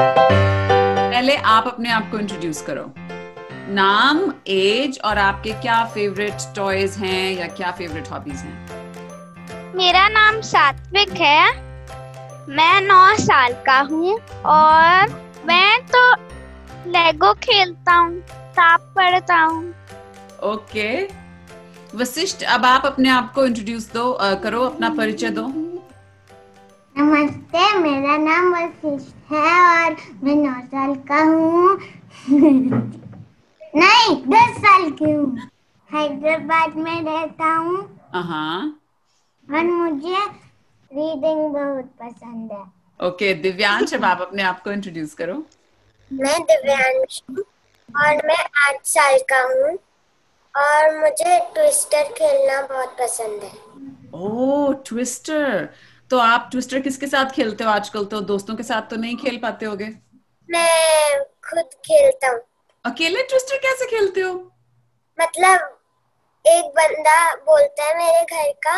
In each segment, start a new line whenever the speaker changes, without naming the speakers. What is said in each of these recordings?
पहले आप अपने आप को इंट्रोड्यूस करो नाम एज और आपके क्या फेवरेट टॉयज हैं या क्या फेवरेट हॉबीज हैं
मेरा नाम सात्विक है मैं नौ साल का हूँ और मैं तो लेगो खेलता हूँ ताप पढ़ता हूँ
ओके वशिष्ठ अब आप अपने आप को इंट्रोड्यूस दो अ, करो अपना परिचय दो
नमस्ते मेरा नाम वशिष्ठ है और मैं नौ साल का हूँ नहीं दस साल की हूँ हैदराबाद में रहता हूँ
हाँ
और मुझे रीडिंग बहुत पसंद है
ओके दिव्यांश अब आप अपने आप को इंट्रोड्यूस करो
मैं दिव्यांश हूँ और मैं आठ साल का हूँ और मुझे ट्विस्टर खेलना बहुत पसंद है
ओ ट्विस्टर Oh, तो आप ट्विस्टर किसके साथ खेलते हो आजकल तो दोस्तों के साथ तो नहीं खेल पाते होगे
मैं खुद खेलता हूँ
अकेले ट्विस्टर कैसे खेलते हो
मतलब एक बंदा बोलता है मेरे घर का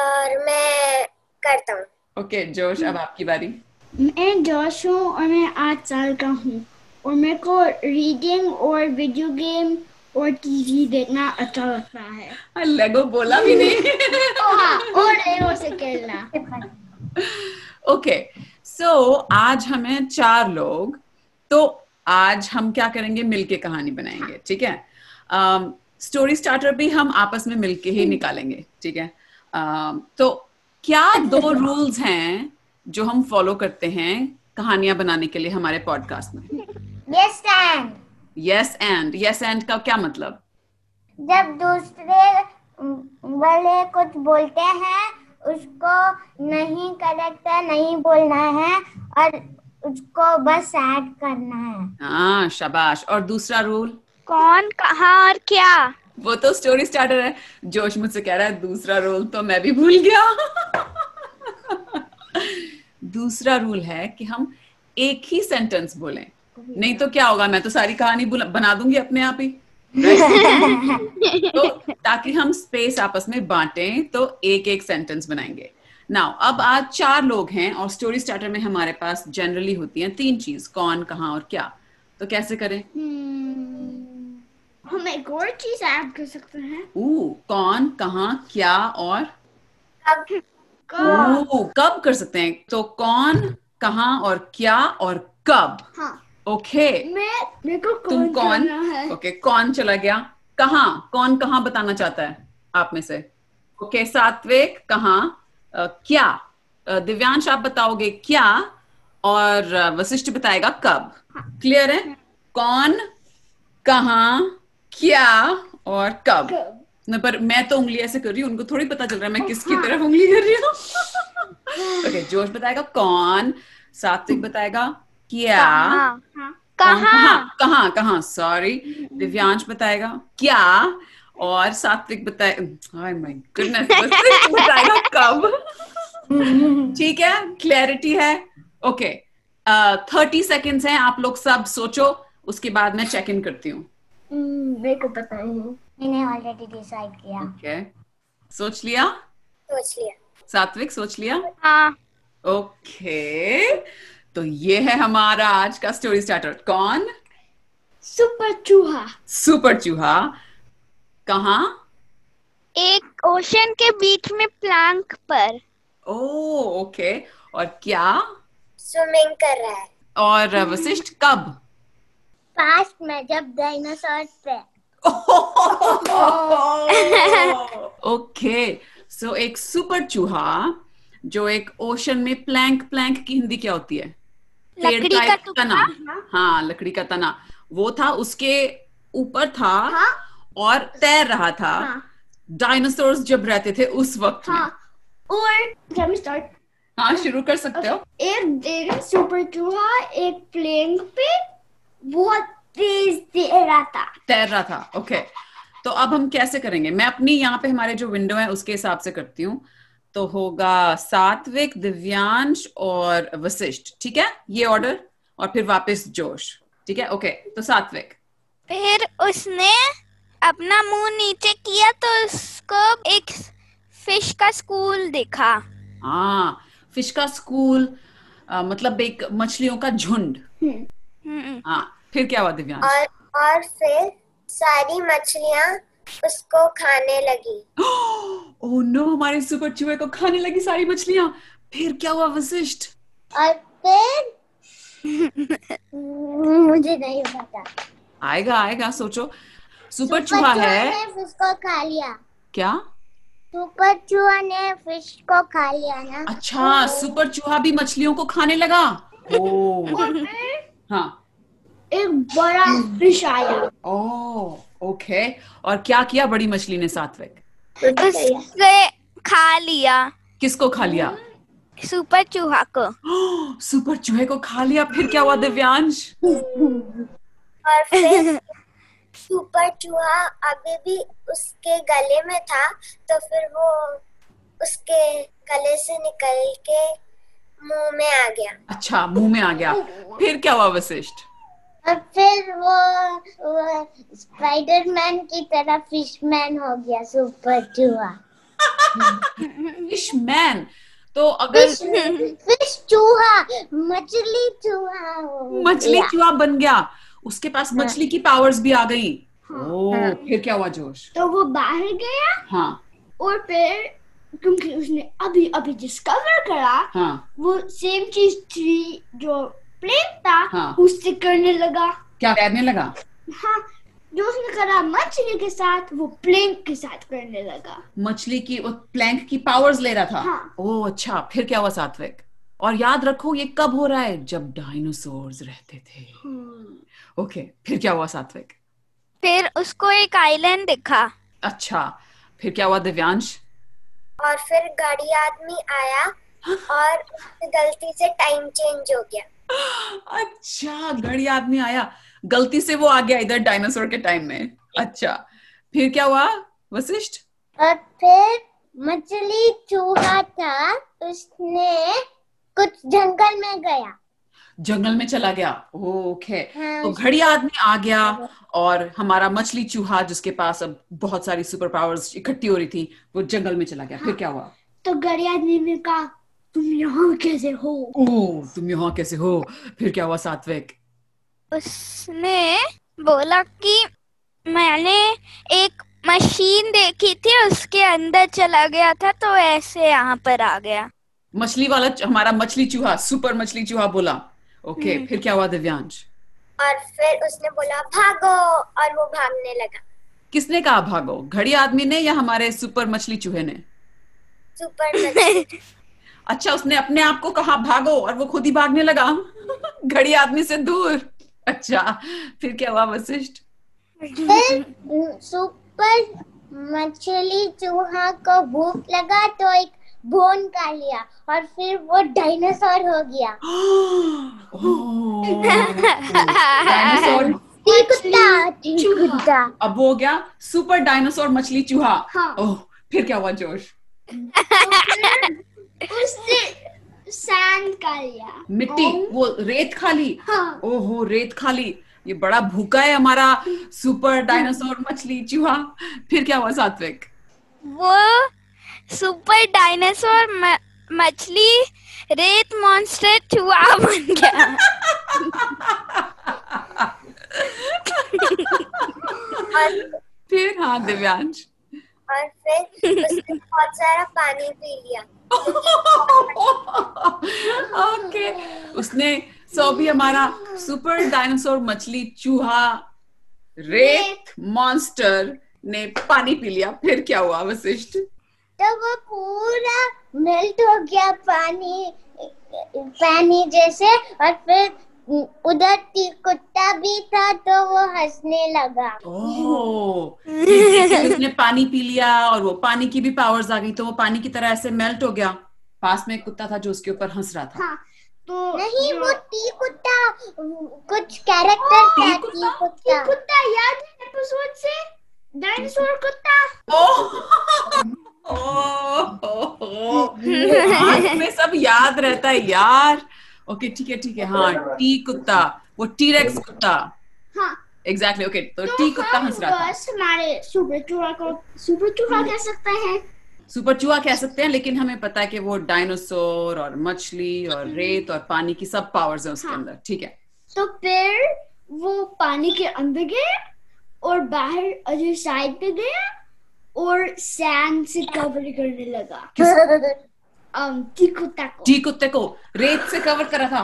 और मैं करता हूँ
ओके जोश अब आपकी बारी
मैं जोश हूँ और मैं आठ साल का हूँ और मेरे को रीडिंग और वीडियो गेम और टीवी देखना अच्छा लगता है
लेगो हाँ, बोला भी नहीं
हाँ, और लेगो से खेलना
ओके सो आज हमें चार लोग तो आज हम क्या करेंगे मिलके कहानी बनाएंगे ठीक है स्टोरी स्टार्टर भी हम आपस में मिलके ही निकालेंगे ठीक है अम, तो क्या दो रूल्स हैं जो हम फॉलो करते हैं कहानियां बनाने के लिए हमारे पॉडकास्ट में
yes and
yes and yes and का क्या मतलब
जब दूसरे वाले कुछ बोलते हैं उसको नहीं करेक्ट है नहीं बोलना है और उसको बस ऐड करना है
हाँ शाबाश और दूसरा रूल
कौन कहाँ और क्या
वो तो स्टोरी स्टार्टर है जोश मुझसे कह रहा है दूसरा रूल तो मैं भी भूल गया दूसरा रूल है कि हम एक ही सेंटेंस बोलें नहीं तो क्या होगा मैं तो सारी कहानी बुला- बना दूंगी अपने आप ही तो ताकि हम स्पेस आपस में बांटें तो एक एक सेंटेंस बनाएंगे नाउ अब आज चार लोग हैं और स्टोरी स्टार्टर में हमारे पास जनरली होती हैं तीन चीज कौन कहाँ और क्या तो कैसे करें
हम्म। हम एक और चीज ऐड कर सकते हैं
ऊ कौन कहाँ क्या और
अब
ओह, कब कर सकते हैं तो कौन कहाँ और क्या और कब
हाँ
ओके
मैं मेरे को
तुम
कौन
कौन
करना है
ओके कौन चला गया कहाँ कौन कहाँ बताना चाहता है आप में से ओके सात्विक कहाँ अ, क्या अ, दिव्यांश आप बताओगे क्या और अ, वशिष्ठ बताएगा कब क्लियर है कौन कहाँ क्या और कब
कब?
न पर मैं तो उंगली ऐसे कर रही हूँ उनको थोड़ी पता चल रहा है मैं किसकी
हाँ।
तरफ उंगली कर रही हूँ ओके जोश बताएगा कौन सात्विक बताएगा क्या
कहाँ
कौन-
कहाँ
कहाँ कहाँ सॉरी दिव्यांश बताएगा क्या और सात्विक बताएगा माय गुडनेस बताएगा कब ठीक है क्लैरिटी है ओके थर्टी सेकेंड्स हैं आप लोग सब सोचो उसके बाद मैं चेक इन करती हूँ
हम्म, मेरे को पता नहीं
मैंने ऑलरेडी डिसाइड किया
ओके सोच लिया
सोच लिया
सात्विक सोच लिया
हाँ
ओके तो ये है हमारा आज का स्टोरी स्टार्टर कौन
सुपर चूहा
सुपर चूहा कहाँ
एक ओशन के बीच में प्लैंक पर
ओ ओके और क्या
स्विमिंग कर रहा है
और वशिष्ठ कब
पास्ट में जब डायनासोर थे
ओके सो एक सुपर चूहा जो एक ओशन में प्लैंक प्लैंक की हिंदी क्या होती है पेड़
लकड़ी का
एक
टुकड़ा,
तना हाँ लकड़ी का तना वो था उसके ऊपर था
हाँ।
हाँ,
और तैर रहा था डायनासोर्स जब रहते थे उस वक्त में
हाँ।
हाँ। और जब स्टार्ट
हाँ शुरू कर सकते हो
एक दिन सुपर चूहा एक प्लेन पे बहुत तेज दे रहा था
तैर रहा था ओके तो अब हम कैसे करेंगे मैं अपनी यहाँ पे हमारे जो विंडो है उसके हिसाब से करती हूँ तो होगा सात्विक दिव्यांश और वशिष्ठ ठीक है ये ऑर्डर और फिर वापस जोश ठीक है ओके तो सात्विक
फिर उसने अपना मुंह नीचे किया तो उसको एक फिश का स्कूल दिखा
हाँ फिश का स्कूल अ, मतलब एक मछलियों का झुंड
हम्म,
हाँ फिर क्या हुआ दिव्यांश
और और फिर सारी मछलियाँ उसको खाने लगी
ओह नो Oh हमारे सुपर चूहे को खाने लगी सारी मछलियां फिर क्या हुआ वशिष्ठ
और फिर मुझे नहीं पता
आएगा आएगा सोचो सुपर चूहा है
फिश को खा लिया
क्या
सुपर चूहा ने फिश को खा लिया ना
अच्छा सुपर चूहा भी मछलियों को खाने लगा ओ हाँ
एक बड़ा फिश आया
ओ ओके और क्या किया बड़ी मछली ने सात्विक
उसके खा लिया
किसको खा लिया
सुपर चूहा को
सुपर चूहे को खा लिया फिर क्या हुआ दिव्यांश
और फिर सुपर चूहा अभी भी उसके गले में था तो फिर वो उसके गले से निकल के मुंह में आ गया
अच्छा मुंह में आ गया फिर क्या हुआ वशिष्ठ
और फिर वो, वो स्पाइडरमैन की तरह फिशमैन हो गया सुपर चूहा
फिश मैन तो अगर
फिश फिश चूहा मछली चूहा हो
मछली
गया।
चूहा बन गया उसके पास मछली की पावर्स भी आ गई ओ फिर क्या हुआ जोश
तो वो बाहर गया
हाँ
और फिर क्योंकि उसने अभी अभी डिस्कवर करा
हाँ
वो सेम चीज थ्री जो प्लेन था
हाँ।
उससे करने लगा
क्या कहने लगा
हाँ जो उसने करा मछली के साथ वो प्लेन के साथ करने लगा
मछली की वो प्लैंक की पावर्स ले रहा था
हाँ।
ओ अच्छा फिर क्या हुआ सात्विक और याद रखो ये कब हो रहा है जब डायनासोर्स रहते थे
हम्म।
ओके फिर क्या हुआ सात्विक
फिर उसको एक आइलैंड दिखा
अच्छा फिर क्या हुआ दिव्यांश
और फिर गाड़ी आदमी आया और उससे गलती से टाइम चेंज हो गया
अच्छा घड़ी आदमी आया गलती से वो आ गया इधर डायनासोर के टाइम में अच्छा फिर क्या हुआ वशिष्ठ
और फिर मछली चूहा था उसने कुछ जंगल में गया
जंगल में चला गया ओके
हाँ,
तो घड़ी आदमी आ गया और हमारा मछली चूहा जिसके पास अब बहुत सारी सुपर पावर्स इकट्ठी हो रही थी वो जंगल में चला गया फिर क्या हुआ
तो गरी आदमी ने कहा तुम यहाँ कैसे हो
ओ तुम यहाँ कैसे हो फिर क्या हुआ सात्विक
उसने बोला कि मैंने एक मशीन देखी थी उसके अंदर चला गया था तो ऐसे यहाँ पर आ गया
मछली वाला हमारा मछली चूहा सुपर मछली चूहा बोला ओके फिर क्या हुआ दिव्यांश
और फिर उसने बोला भागो और वो भागने लगा
किसने कहा भागो घड़ी आदमी ने या हमारे सुपर मछली चूहे ने
सुपर मछली
अच्छा उसने अपने आप को कहा भागो और वो खुद ही भागने लगा घड़ी आदमी से दूर अच्छा फिर क्या हुआ वशिष्ठ
फिर सुपर मछली चूहा को भूख लगा तो एक बोन खा लिया और फिर वो डायनासोर हो गया
Oh. डायनासोर
चीकुता चीकुता
अब वो हो गया सुपर डायनासोर मछली चूहा
हाँ।
ओह फिर क्या हुआ जोश
उसने सैंड का लिया
मिट्टी वो रेत खाली
हाँ
ओहो रेत खाली ये बड़ा भूखा है हमारा सुपर डायनासोर मछली चूहा फिर क्या हुआ सात्विक
वो सुपर डायनासोर म- मछली रेत मॉन्स्टर चूहा बन गया
और
फिर हाँ दिव्यांश
और फिर उसने बहुत सारा पानी पी लिया
ओके उसने सो भी हमारा सुपर डायनासोर मछली चूहा रेत मॉन्स्टर ने पानी पी लिया फिर क्या हुआ वशिष्ठ
तो वो पूरा मेल्ट हो गया पानी पानी जैसे और फिर उधर ती कुत्ता भी था तो वो हंसने लगा
ओह फिर उसने पानी पी लिया और वो पानी की भी पावर्स आ गई तो वो पानी की तरह ऐसे मेल्ट हो गया पास में एक कुत्ता था जो उसके ऊपर हंस रहा था
हाँ तो
नहीं
जो-
वो ती कुत्ता कुछ कैरेक्टर था ती
ये
कुत्ता
कुत्ता याद है एपिसोड से डायनासोर कुत्ता
ओह ओह आज में सब याद रहता है यार ओके ठीक है ठीक है हाँ टी कुत्ता वो टीरेक्स कुत्ता
हाँ
एग्जैक्टली ओके तो
तो
टी कुत्ता
हम
हंस रहा था हम्म।
बस हमारे सुपर चूहा को सुपर चूहा कह सकते हैं
सुपर चूहा कह सकते हैं लेकिन हमें पता है कि वो डायनासोर और मछली और रेत और पानी की सब पावर्स हैं उसके
हाँ।
अंदर ठीक है
तो फिर वो पानी के अंदर गया और बाहर अदर साइड पे गया और सैंड से कवर करने लगा um, टीको टाको
टी कुत्ते को रेत से कवर करा था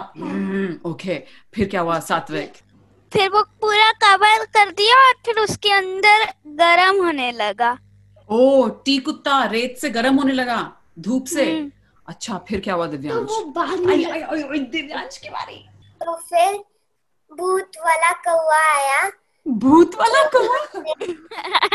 ओके फिर क्या हुआ सात्विक
फिर वो पूरा कवर कर दिया और फिर उसके अंदर गर्म होने लगा
ओ टी कुत्ता रेत से गर्म होने लगा धूप से
हम्म।
अच्छा फिर क्या हुआ
तो वो
दिव्यांश
बाद
आई,
में
आई, आई, आई, दिव्यांश की बारी
तो फिर भूत वाला कौवा आया
भूत वाला कौवा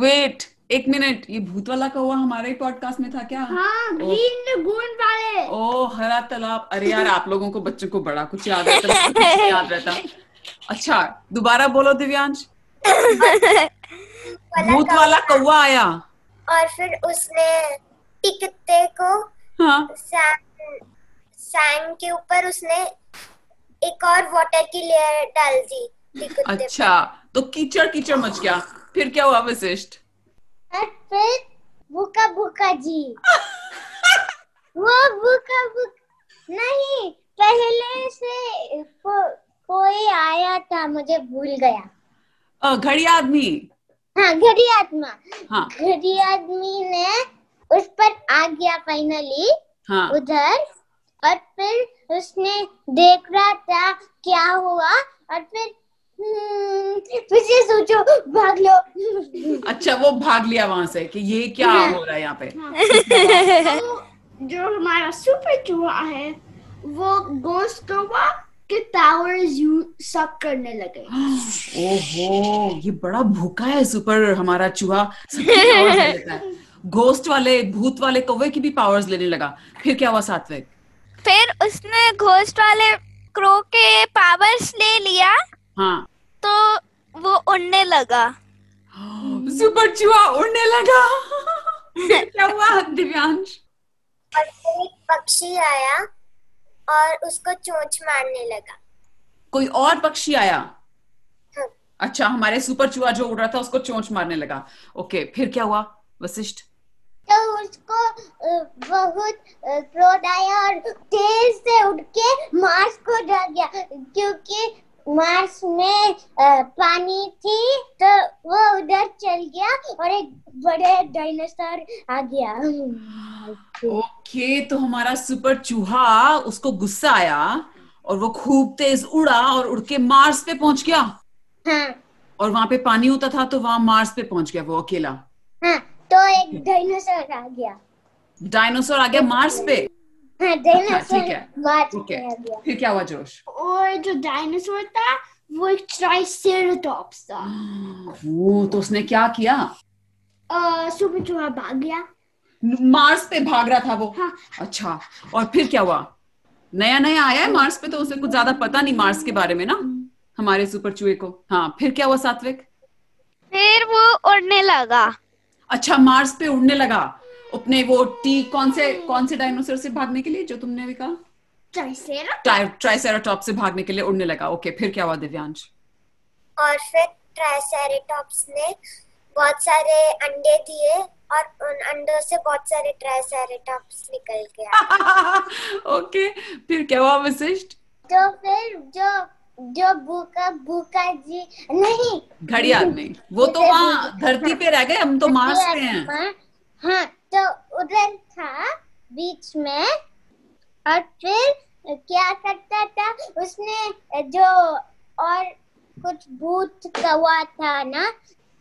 वेट एक मिनट ये भूत वाला कौवा हमारे पॉडकास्ट में था क्या
हाँ ग्रीन लगून वाले
ओ हरा तालाब अरे यार आप लोगों को बच्चों को बड़ा कुछ याद रहता है, कुछ नहीं याद रहता अच्छा दोबारा बोलो दिव्यांश
वाला
भूत
कौवा
वाला कौवा आया
और फिर उसने टिकते को
हाँ
सैंड सैंड के ऊपर उसने एक और वाटर की लेयर डाल दी टिकते पे।
अच्छा तो कीचड़ कीचड़ मच गया फिर क्या हुआ वशिष्ठ
और फिर भूखा भूखा जी वो भूखा भूखा नहीं पहले से को, कोई आया था मुझे भूल गया
अ, घड़ी आदमी
हाँ घड़ी आत्मा
हाँ
घड़ी आदमी ने उस पर आ गया फाइनली
हाँ
उधर और फिर उसने देख रहा था क्या हुआ और फिर हम्म, फिर से सोचो भाग लो
अच्छा वो भाग लिया वहां से कि ये क्या हो रहा है यहाँ पे
तो जो हमारा सुपर चूहा है वो गोस्ट कौवा के टावर यू सक करने लगे
ओहो ये बड़ा भूखा है सुपर हमारा चूहा सबकी powers ले लेता है घोस्ट वाले भूत वाले कौवे की भी पावर्स लेने लगा फिर क्या हुआ सात्विक
फिर उसने घोस्ट वाले क्रो के पावर्स ले लिया
हाँ
तो वो उड़ने लगा
सुपर चूहा उड़ने लगा फिर क्या हुआ दिव्यांश
और फिर एक पक्षी आया और उसको चोंच मारने लगा
कोई और पक्षी आया अच्छा हमारे सुपर चूहा जो उड़ रहा था उसको चोंच मारने लगा ओके फिर क्या हुआ वशिष्ठ
तो उसको अ, बहुत अ, क्रोध आया और तेज से उठ के मार्स को डर गया क्योंकि मार्स में अ, पानी थी तो वो उधर चल गया और एक बड़े डायनासोर आ गया
ओके तो हमारा सुपर चूहा उसको गुस्सा आया और वो खूब तेज उड़ा और उड़ के मार्स पे पहुंच गया
हाँ
और वहां पे पानी होता था तो वहां मार्स पे पहुंच गया वो अकेला
हाँ तो एक डायनासोर आ गया
डायनासोर आ गया मार्स पे
हाँ
अच्छा, ठीक
डायनासोर
है।
मार्स
ओके
में आ गया
फिर क्या हुआ जोश
और जो डायनासोर था वो एक ट्राइसेराटॉप्स था
वो तो उसने क्या किया
अ, सुपर चूहा भाग गया
मार्स पे भाग रहा था वो
हाँ।
अच्छा और फिर क्या हुआ नया नया आया है मार्स पे तो उसे कुछ ज्यादा पता नहीं मार्स के बारे में ना
हम्म।
हमारे सुपर चूहे को हाँ फिर क्या हुआ सात्विक
फिर वो उड़ने लगा
अच्छा मार्स पे उड़ने लगा अपने वो टी कौन से कौन से डायनोसर से भागने के लिए जो तुमने भी कहा
ट्राइसेरा
ट्राई ट्राइसेराटॉप से भागने के लिए उड़ने लगा ओके फिर क्या हुआ दिव्यांश
और फिर ट्राइसेरेटॉप्स ने बहुत सारे अंडे दिए और उन अंडों से बहुत सारे ट्राइसेरेटॉप्स निकल गया
ओके फिर क्या हुआ विशिष्ट
तो फिर जो जो भूखा भूखा जी नहीं
घड़ी आदमी वो तो वहाँ धरती पे रह गए हम तो मार्स पे हैं
हाँ, हाँ तो उधर था बीच में और फिर क्या करता था उसने जो और कुछ भूत कवा था ना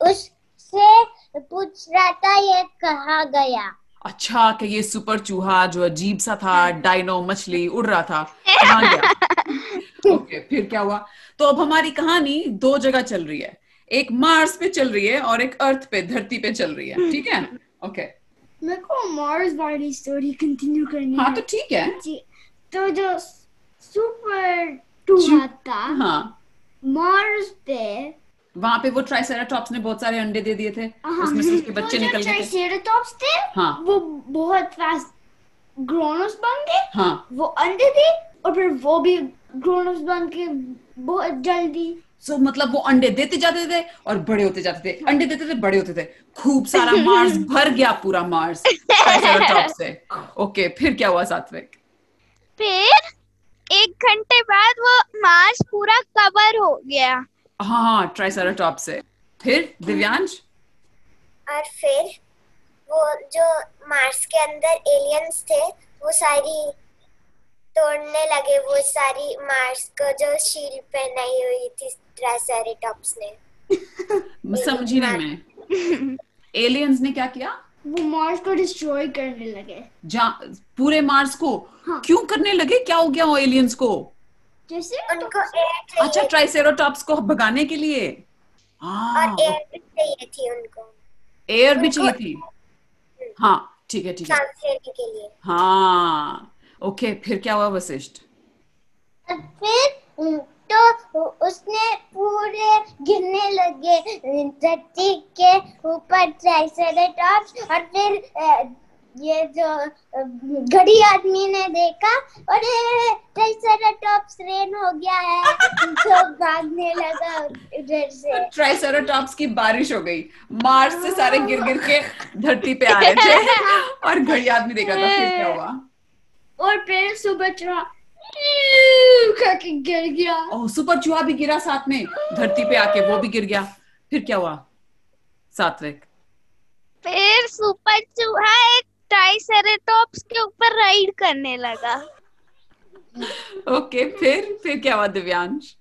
उससे पूछ रहा था ये कहा गया
अच्छा कि ये सुपर चूहा जो अजीब सा था डायनो मछली उड़ रहा था कहाँ गया ओके फिर क्या हुआ तो अब हमारी कहानी दो जगह चल रही है एक मार्स पे चल रही है और एक अर्थ पे धरती पे चल रही है ठीक है ओके
मेरे को मार्स वाली स्टोरी कंटिन्यू करनी
हाँ
है
तो ठीक है
जी, तो जो सुपर चूहा था
हाँ
मार्स पे
वहां पे वो ट्राइसेराटॉप्स ने बहुत सारे अंडे दे दिए थे
हाँ,
उसमें से उसके
तो
बच्चे
जो
निकल गए थे
ट्राइसेराटॉप्स थे
हाँ।
वो बहुत फास्ट ग्रोनस बन गए
हाँ
वो अंडे थे और फिर वो भी ग्रोन अप्स बन के बहुत जल्दी
सो so, मतलब वो अंडे देते जाते थे और बड़े होते जाते थे अंडे देते थे बड़े होते थे खूब सारा मार्स भर गया पूरा मार्स ट्राइसेराटॉप से ओके फिर क्या हुआ सात्विक
फिर एक घंटे बाद वो मार्स पूरा कवर हो गया
हाँ हाँ ट्राइसेराटॉप से फिर दिव्यांश
और फिर वो जो मार्स के अंदर एलियंस थे वो सारी तोड़ने लगे वो सारी मार्स को जो शील्ड पहनाई हुई थी ट्राइसेराटॉप्स ने
समझी नहीं मैं एलियंस ने क्या किया
वो मार्स को डिस्ट्रॉय करने लगे
जा पूरे मार्स को
हाँ।
क्यों करने लगे क्या हो गया वो एलियंस को
जैसे
उनको
तो
एयर चाहिए
अच्छा ट्राइसेराटॉप्स को भगाने के लिए हाँ
और एयर भी चाहिए थी उनको
एयर भी चाहिए थी हाँ ठीक है ठीक है
सांस लेने के लिए
हाँ ओके फिर क्या हुआ वशिष्ठ
और फिर उम, तो उसने पूरे गिरने लगे धरती के ऊपर ट्राइसेराटॉप्स और फिर अ, ये जो अ, घड़ी आदमी ने देखा अरे ट्राइसेराटॉप्स रेन हो गया है तो भागने लगा उधर से
ट्राइसेराटॉप्स की बारिश हो गई मार्स से सारे गिर गिर के धरती पे आ रहे थे और घड़ी आदमी देख रहा था फिर क्या हुआ
और फिर सुबह चुरा करके गिर गया
ओह सुपर चूहा Oh, भी गिरा साथ में धरती पे आके वो भी गिर गया फिर क्या हुआ सात्विक
फिर सुपर चूहा एक ट्राइसेरेटॉप्स के ऊपर राइड करने लगा
ओके फिर फिर क्या हुआ दिव्यांश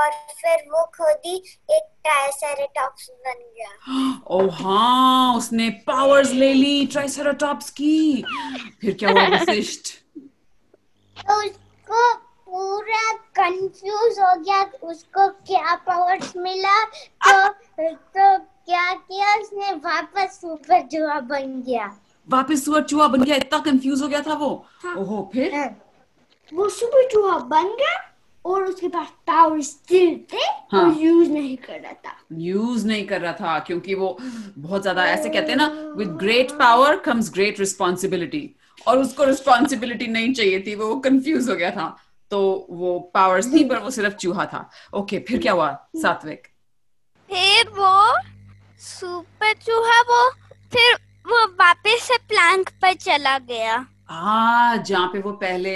और फिर वो खुद ही एक ट्राइसेराटॉप्स बन गया
ओ हाँ उसने पावर्स ले ली ट्राइसेराटॉप्स की फिर क्या हुआ वशिष्ठ
तो उसको पूरा कंफ्यूज हो गया उसको क्या पावर्स मिला तो तो क्या किया उसने वापस सुपर जुआ बन गया
वापस सुअर चूहा बन गया इतना कंफ्यूज हो गया था वो ओहो फिर
वो सुपर चूहा बन गया और उसके पास पावर स्टिल थे
हाँ।
और यूज नहीं कर रहा था
यूज नहीं कर रहा था क्योंकि वो बहुत ज्यादा ऐसे कहते हैं ना with great power comes great responsibility और उसको रिस्पॉन्सिबिलिटी नहीं चाहिए थी वो कंफ्यूज हो गया था तो वो पावर्स थी पर वो सिर्फ चूहा था ओके फिर क्या हुआ सात्विक
फिर वो सुपर चूहा वो फिर वो वापस से प्लैंक पर चला गया
आ जहाँ पे वो पहले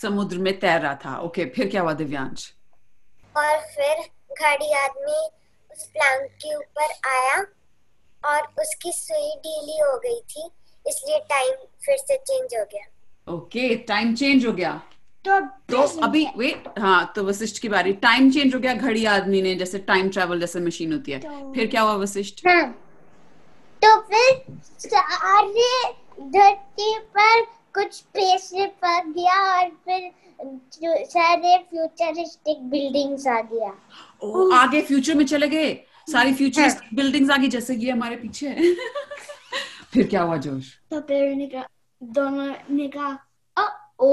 समुद्र में तैर रहा था ओके फिर क्या हुआ दिव्यांश
और फिर घड़ी आदमी उस प्लांक के ऊपर आया और उसकी सुई ढीली हो गई थी इसलिए टाइम फिर से चेंज हो गया
ओके टाइम चेंज हो गया
तो
तो अभी वेट हाँ तो वशिष्ठ की बारी टाइम चेंज हो गया घड़ी आदमी ने जैसे टाइम ट्रेवल जैसे मशीन होती है फिर क्या हुआ वशिष्ठ
हाँ तो फिर सारे धरती पर कुछ स्पेसशिप आ गया और फिर जो- सारे फ्यूचरिस्टिक बिल्डिंग्स आ गया
ओ, आगे फ्यूचर में चले गए सारी फ्यूचर बिल्डिंग्स आ गई जैसे ये हमारे पीछे है फिर क्या हुआ जोश
तो पेड़ ने कहा दोनों ने कहा "अ, ओ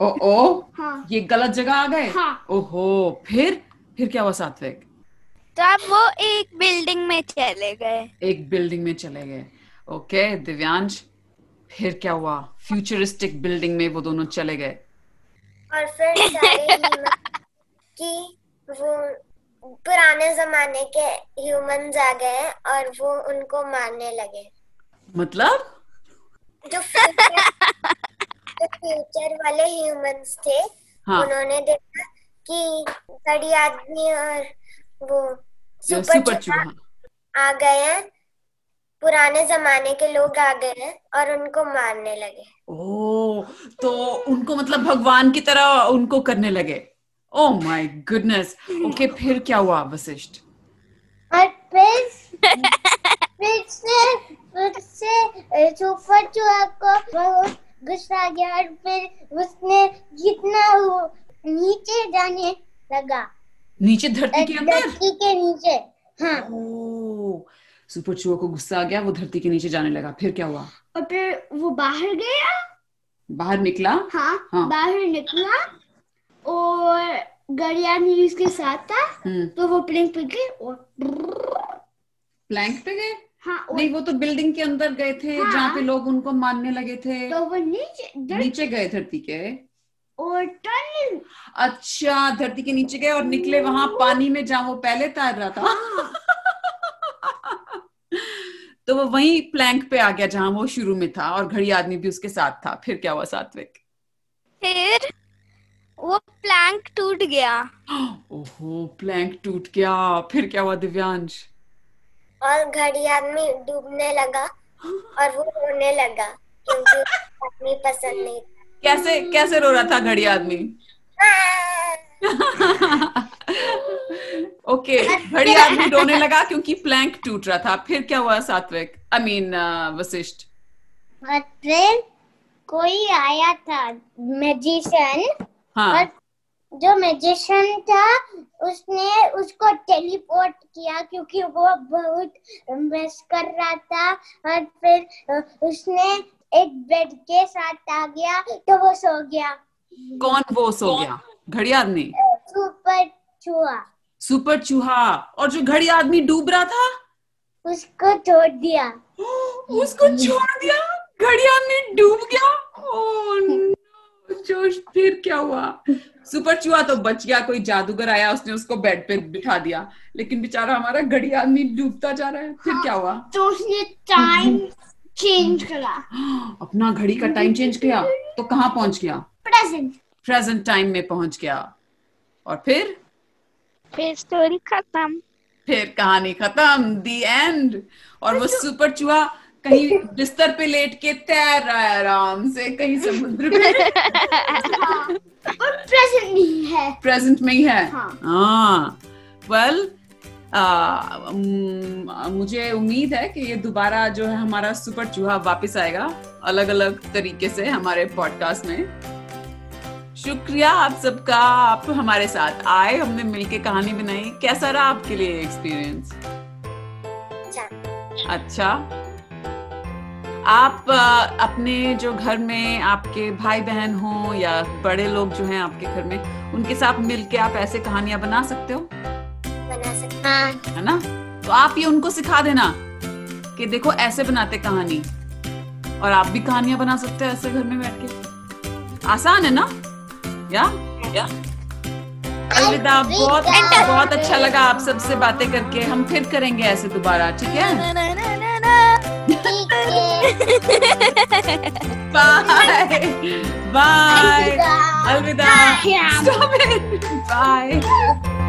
ओ ओ
हाँ
ये गलत जगह आ गए
हाँ।
ओहो फिर फिर क्या हुआ सात्विक
तो अब वो एक बिल्डिंग में चले गए
एक बिल्डिंग में चले गए ओके दिव्यांश फिर क्या हुआ फ्यूचरिस्टिक बिल्डिंग में वो दोनों चले गए
और फिर सारे ह्यूमन की वो पुराने जमाने के ह्यूमंस आ गए हैं और वो उनको मारने लगे
मतलब
जो फ्यूचर जो फ्यूचर वाले ह्यूमंस थे
हाँ
उन्होंने देखा कि बड़ी आदमी और वो
जो
सुपर
सुपर
चूहा
चूहा
आ गए हैं पुराने जमाने के लोग आ गए हैं और उनको मारने लगे
ओ तो उनको मतलब भगवान की तरह उनको करने लगे Oh oh my goodness okay फिर क्या हुआ वशिष्ठ
और फिर फिर से फिर से अ, सुपर चूहा को बहुत गुस्सा आ गया और फिर उसने जितना वो नीचे जाने लगा
नीचे धरती के अंदर
धरती के नीचे हाँ
ओ सुपर चूहा को गुस्सा आ गया वो धरती के नीचे जाने लगा फिर क्या हुआ
और फिर वो बाहर गया
बाहर निकला
हाँ,
हाँ।
बाहर निकला और गरिया न्यूज के साथ था
हम्म
तो वो प्लेन पे गए और
प्लैंक पे गए
हाँ और
नहीं वो तो बिल्डिंग के अंदर गए थे
हाँ।
जहाँ पे लोग उनको मारने लगे थे
तो वो नीचे डर
नीचे गए धरती के
और टनल
अच्छा धरती के नीचे गए और निकले वहां पानी में जहां वो पहले तैर रहा
हाँ।
था तो वो वही प्लैंक पे आ गया जहां वो शुरू में था और घड़ी आदमी भी उसके साथ था फिर क्या हुआ सात्विक
फिर वो प्लैंक टूट गया
ओहो प्लैंक टूट गया फिर क्या हुआ दिव्यांश
और घड़ी आदमी डूबने लगा और वो रोने लगा क्योंकि अपनी पसंद नहीं
कैसे कैसे रो रहा था घड़ी आदमी ओके घड़ी आदमी रोने लगा क्योंकि प्लैंक टूट रहा था फिर क्या हुआ सात्विक आई मीन वशिष्ठ
और फिर कोई आया था मैजिशियन
हाँ
और जो मैजिशियन था उसने उसको टेलीपोर्ट किया क्योंकि वो बहुत मिस कर रहा था और फिर अ, उसने एक बेड के साथ आ गया तो वो सो गया
कौन वो सो गया घड़ी आदमी
सुपर छुआ
सुपर चूहा और जो घड़ी आदमी डूब रहा था
उसको छोड़ दिया
उसको छोड़ दिया घड़िया में डूब गया ओह नो जोश फिर क्या हुआ सुपर चूहा तो बच गया कोई जादूगर आया उसने उसको बेड पे बिठा दिया लेकिन बेचारा हमारा घड़ी आदमी डूबता जा रहा है फिर क्या हुआ
तो उसने टाइम चेंज करा
अपना घड़ी का टाइम चेंज किया तो कहाँ पहुंच गया
प्रेजेंट
प्रेजेंट टाइम में पहुंच गया और फिर
फिर स्टोरी खत्म
फिर कहानी खत्म दी एंड और वो सुपर चूहा कहीं बिस्तर पे लेट के तैर रहा है आराम से कहीं समुद्र में
और प्रेजेंट नहीं है
प्रेजेंट में ही है
हाँ।
हाँ वेल मुझे उम्मीद है कि ये दोबारा जो है हमारा सुपर चूहा वापस आएगा अलग अलग तरीके से हमारे पॉडकास्ट में शुक्रिया आप सबका आप हमारे साथ आए हमने मिलके कहानी बनाई कैसा रहा आपके लिए एक्सपीरियंस
अच्छा
अच्छा आप अ, अपने जो घर में आपके भाई बहन हो या बड़े लोग जो हैं आपके घर में उनके साथ मिलके आप ऐसे कहानियां बना सकते हो
बना सकते
हाँ
है ना तो आप ये उनको सिखा देना कि देखो ऐसे बनाते कहानी और आप भी कहानियां बना सकते हो ऐसे घर में बैठ के आसान है ना या या अलविदा बहुत बहुत अच्छा लगा आप सबसे बातें करके हम फिर करेंगे ऐसे दोबारा ठीक है
ठीक है
बाय बाय
अलविदा।
अलविदा
Yeah.
stop it bye